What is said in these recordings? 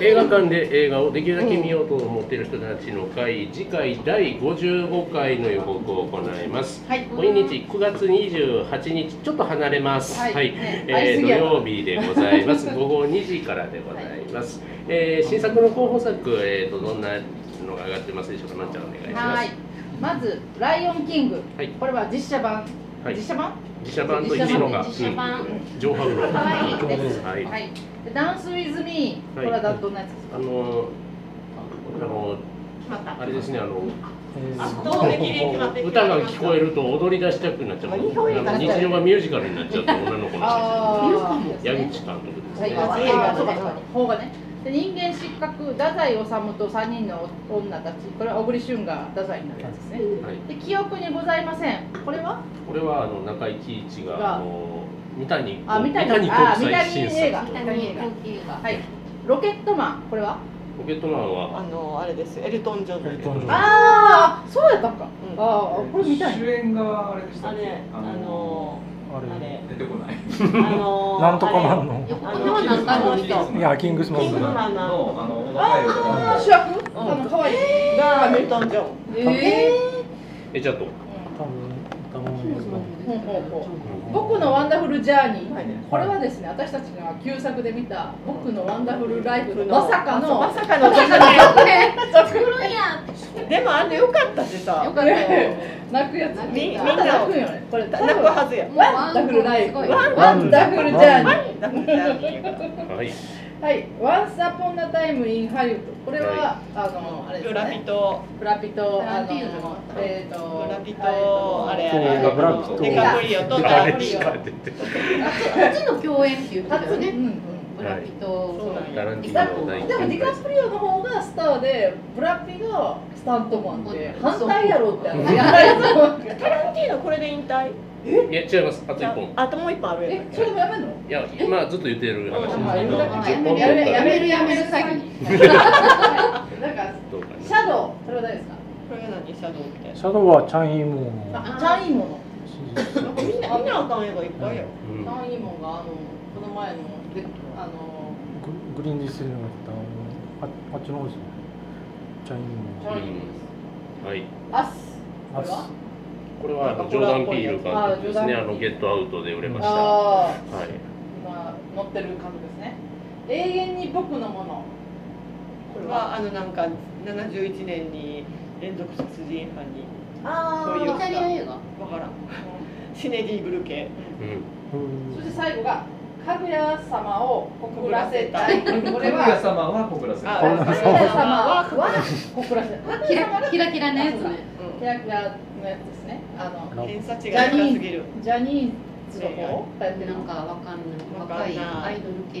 映画館で映画をできるだけ見ようと思っている人たちの会、次回第55回の予告を行います。はい今日9月28日、ちょっと離れます。はいね会いえすーぎ土やな曜日でござい ます。午後2時からでございます。えー新作の候補作、えーとどんなのが上がってますでしょうか。まんちゃんお願いしまはすい。まず「ライオンキング」はいこれは実写版、はい実写版自社版と一のが、実写版うん上半の、可愛いですはいはいでダンスウィズミーこれはだどんなやつですあのあの決まったあれですねあの圧倒的に決まって歌が聞こえると踊り出したくなっちゃう。何が多いかな日常がミュージカルになっちゃう女の子かのあー矢口監督ですはい、ね。ああーーそうかそうか邦画ねで人間失格太宰治と3人の女たちこれは小栗旬が太宰になるやつですねはい。で記憶にございませんこれはこれはあの中井貴一ががあの三谷あ三谷国あ三際谷新映画作と三ロ谷映はいロケットマンこれはケットマンはあのあれですエルトン・ジョンのエルトンジョンああそうやったんか、うんああこれ見たい主演があれでしたあっれけあのああれれ出てこないあのなんとかマンのあれ横浜なんかの人いやキングスマキンングのマンののあのお若い男ああの主役、あの可愛いがエルトン・ジョンええちゃっと多分多分ほうほうほう僕のワンダフルジャーニー、はいこれはですね私たちが旧作で見た僕のワンダフルライフのまさかのまさかのでもあの良かったしよさかったよ 泣くやつみみんなまだ泣くんよねこれ泣くはずやワンダフルライフワンワンダフルジャーニーだからはいはい「Once Upon a Time in Hollywood」これは、あのあれですブラピねとブラピとあブラピーのえっ、とブラピえーとあれそうあれブラピとデカプリオとあダれプリしオか出てこちの共演っていうことタだツよね、うね。んうんブラピと。ないタランティだーノの大でもディカプリオの方がスターでブラピがスタントマンで反対やろってあのやられてる わけタランティーノこれで引退いや違いますあと一本あともう一本あるやえんそれもやめんのいや今ずっと言ってる話あですけどや10め本るやめるや取っめるやめる詐欺なんたからどうかシャドウそれは誰ですかこれが何シャドウみたいシャドウはチャンイーモンのあチャンイーモのなみんなみんなあかん映画いっぱいやんチなャンイーモがあのこの前のであのググリーンディスルの方ああっちの方ですねチャンイーチモンャンイーモですうんはいアスこあれはこれはあのジョーダン・ピール監督ですねああジョーダンのゲットアウトで売れましたはああい今乗ってる監督ですね永遠に僕のものこれははあのなんか71年に連続殺人犯にあそういうイタリア映画。わからんシネディ・ブルケうんそして最後が「かぐや様を告らせたい」これ人神谷は様は小倉さんあこんなかぐや様は告らせたいキラキラキラのやつね。キラキラのやつですねあの偏差値が高すぎるジャニーズの方がやってなるんかわかんない。若いアイドル系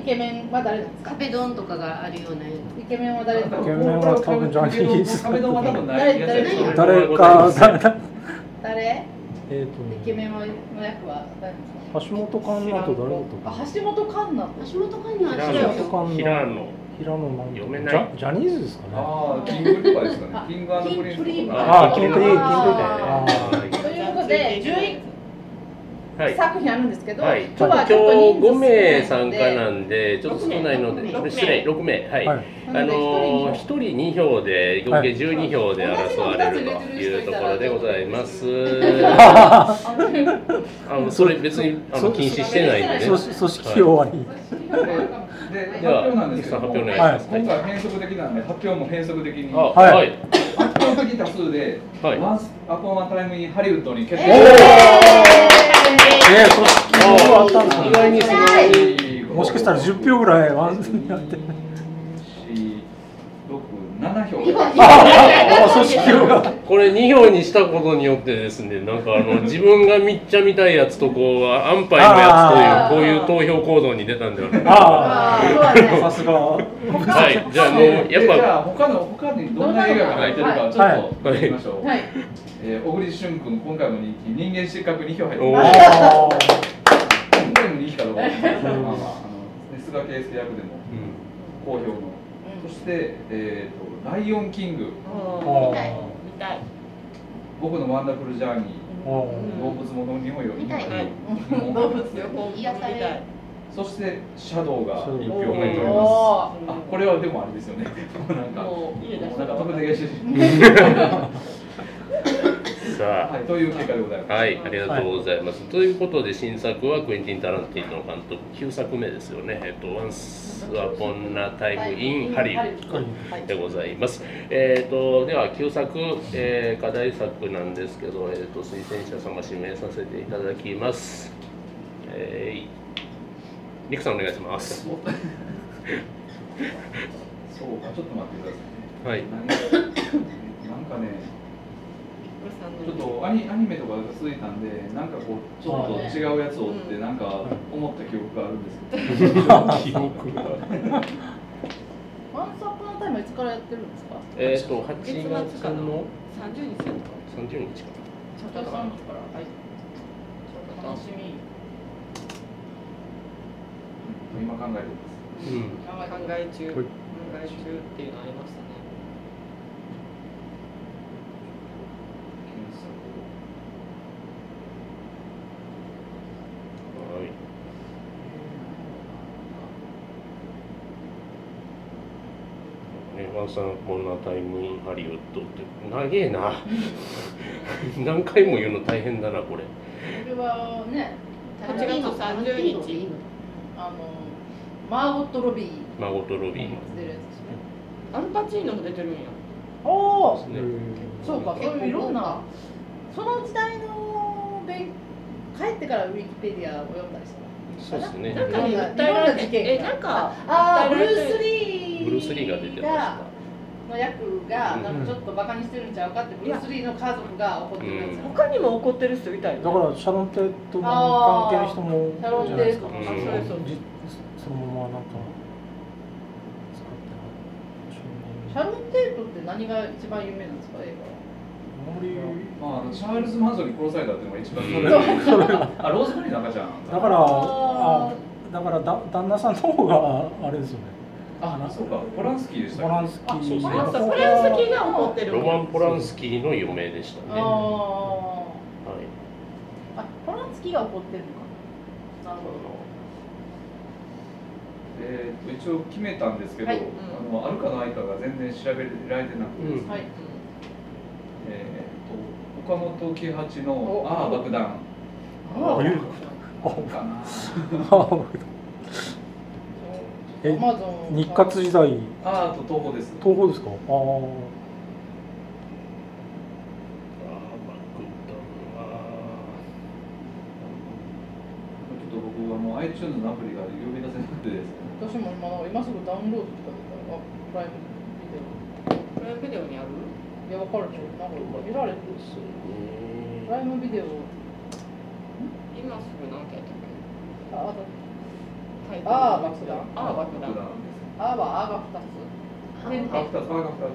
イケメンは誰なんですカかペドンとかがあるような映イケメンは誰ですかイケメンは多分ジャニーズ壁ドンは多分ないやつやと思う誰か誰だ誰えっイケとメンの役は誰ですか橋本環奈と誰だったあかな橋本環奈画。橋本環奈平は野橋本環平奈野平野なん読めとないかジャジャニーズですかねああキングとかですかねキングプリンスとかああキンプリキンプリだよねああはいということで11はい。作品あるんですけど、はい、今日ちょっはとちょっと今日人五数少な名参いの加でなんで、ちょっと少ないので、六名失礼、六名、はい。はいあのー一人二票で、合計十二票で争われるというところでございます。あの、それ別に、あの、禁止してないんでね。組織組織終わりで発表なんですけども今回変則的なんで発表も変則的にあ、発はいはい、表的多数ではい。ワンスアポンアタイムインハリウッドに決お定えー組織終わったんです意ね外にすごい。もしかしたら10票ぐらいワンやって7票ああ組織票がこれ2票にしたことによってですねなんかあの自分がみっちゃみたいやつとこう安牌のやつというこういう投票行動に出たんではないかああーそうだねさすがはいじゃあもうやっじぱゃあ他の他にどんな映画が入ってるかちょっと見てみましょう、はい、えー小栗旬君今回も人気人間失格2票入っておまーすあ今回も人気かどうかわかんないですけどまあまああの菅圭介役でもうん好評のそして、えーと「ライオンキング見たい見たい」 「僕のワンダフルジャーニー」あ動物ものにもより見たいはい日本語動物よ旅行も見癒さたいれそしてシャドウがシャドウ1票入っておおりますーあこれはでもあれですよねもうなんかもう家出したなんかか特ら定してさはいという結果でございますあはいありがとうございます、ということで新作はクエンティン・タランティーノ監督9作目ですよね「えっと、Once Upon a Time in ハリウッド」でございます。えー、とでは旧作、えー課題作なんですけど、えー、と推薦者様指名させていただきます。えー、リクさんお願いします。そうそうかちょっと待ってくださはいい。何なんかねちょっとアニアニメとかが続いたんでなんかこうちょっと違うやつをってなんか思った記憶があるんですけ ど記憶がワンサップのタイムいつからやってるんですかえっ、と8月月末かなの三十日とか30日かな。ちょっとからはいちょっと楽しみ今考えてますうん。考考ええ中考はいえ中っていうのありましたね検索はい。ね、ワンさんこんなタイムインハリウッドって長えな 何回も言うの大変だなこれこれはね8月30日あのマーゴットロビー孫とロビー出るやつですねアルパチーノも出てるんやおおですね、そうかそういういろんなその時代の勉帰ってからウィキペディアを読んだりしそたうですねなんかいねろん訴えいろんなられ事て件えなんかああ訴ブえルられてース・リーブルース・リーが出てました。の役がなんうんかちょっとバカにしてるんちゃうかってブルース・リーの家族が怒ってるやつ、うん他にも怒ってる人いたよねだからシャロンテッドの関係の人もシャロンじゃないでテすとかか、うんそうそうじそのままなんかシ使ってないャロン・テートって何が一番有名なんですか映あんまりまああの、チャールズ・マンソンに殺されたっていうのが一番あローズマリーの赤ちゃんだからあだからだ旦那さんの方があれですよねあなそうかポランスキーでしたボランスキあそうーそうの方そがこれ好きが怒ってるロマン・ポランスキーの嫁でしたね。画はは、い。ああポランツキが怒ってるのかななるほどえー、と一応決めたんですけど、はいあのあるかないかが全然調べられてなくて、うんはいえー、と岡本喜八のお「ああ爆弾あああいうかな」え Amazon 日活時代あーと東宝です東宝ですかあああーバックダウンはちょっと僕あの iTunes のアプリが呼び出せなくてですね私も今今すぐダウンロードとかできたらあプライムビデプライムビデオにあるオいや分かるけどなんか見られてるしプライムビデオ今すぐ何てやったっけあタイトルあー爆弾ああ爆爆弾弾ああはあが二あ二つあー爆弾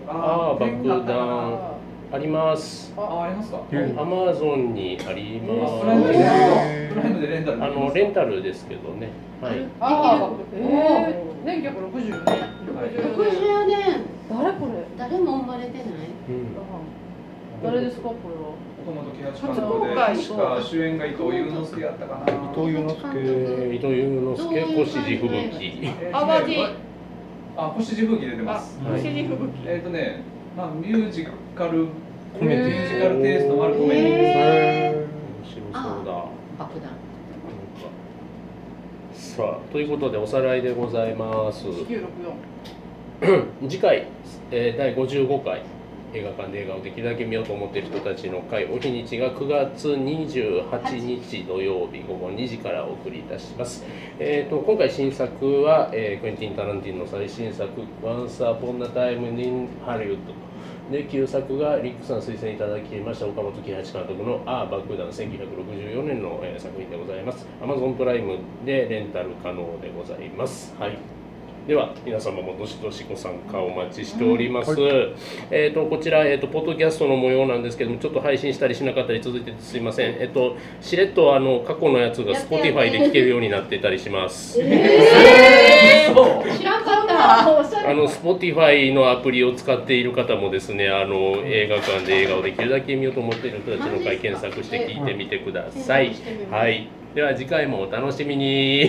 あー爆弾全部あったかつなあります。あーありますか、うんアマゾンにありあまプライムでレンす。タルプライムでレンタルあできますのレンタルですけどね。はい。ああええー、1964年はい64年誰これ誰も生まれてないうん誰ですかこれ岡本喜八監督で初確公開か主演が伊藤祐之介やったかな伊藤祐之えー伊介藤祐之介、越路吹雪。えー淡路あ星自分に出てますあはい星に吹雪えっ、とね、まあ、ミュージカル、ミコメデューィジカルテイストのあるコメディへへ面白そうだ。なんか爆弾さあということでおさらいでございます。 1964次回、えー第55回映画館で映画をできるだけ見ようと思っている人たちの会お日にちが9月28日土曜日午後2時からお送りいたします、えー、と今回新作は、えークエンティン・タランティンの最新作「Once Upon a Time in Hollywood」で旧作がリックさん推薦いただきました岡本喜八監督の「ああ爆弾」1964年の、えー作品でございます Amazon プライムでレンタル可能でございますはいでは皆様もどしどしご参加お待ちしております、うんえー、とこちら、えー、とポッドキャストの模様なんですけどもちょっと配信したりしなかったり続いててすいません、えー、としれっとあの過去のやつがやってやって Spotify で聴けるようになっていたりしますえそう 知らんかったおしゃあれの Spotify のアプリを使っている方もですねあの映画館で映画をできるだけ見ようと思っている人たちの回検索して聞いてみてくだ さい。はい、では次回もお楽しみに。えー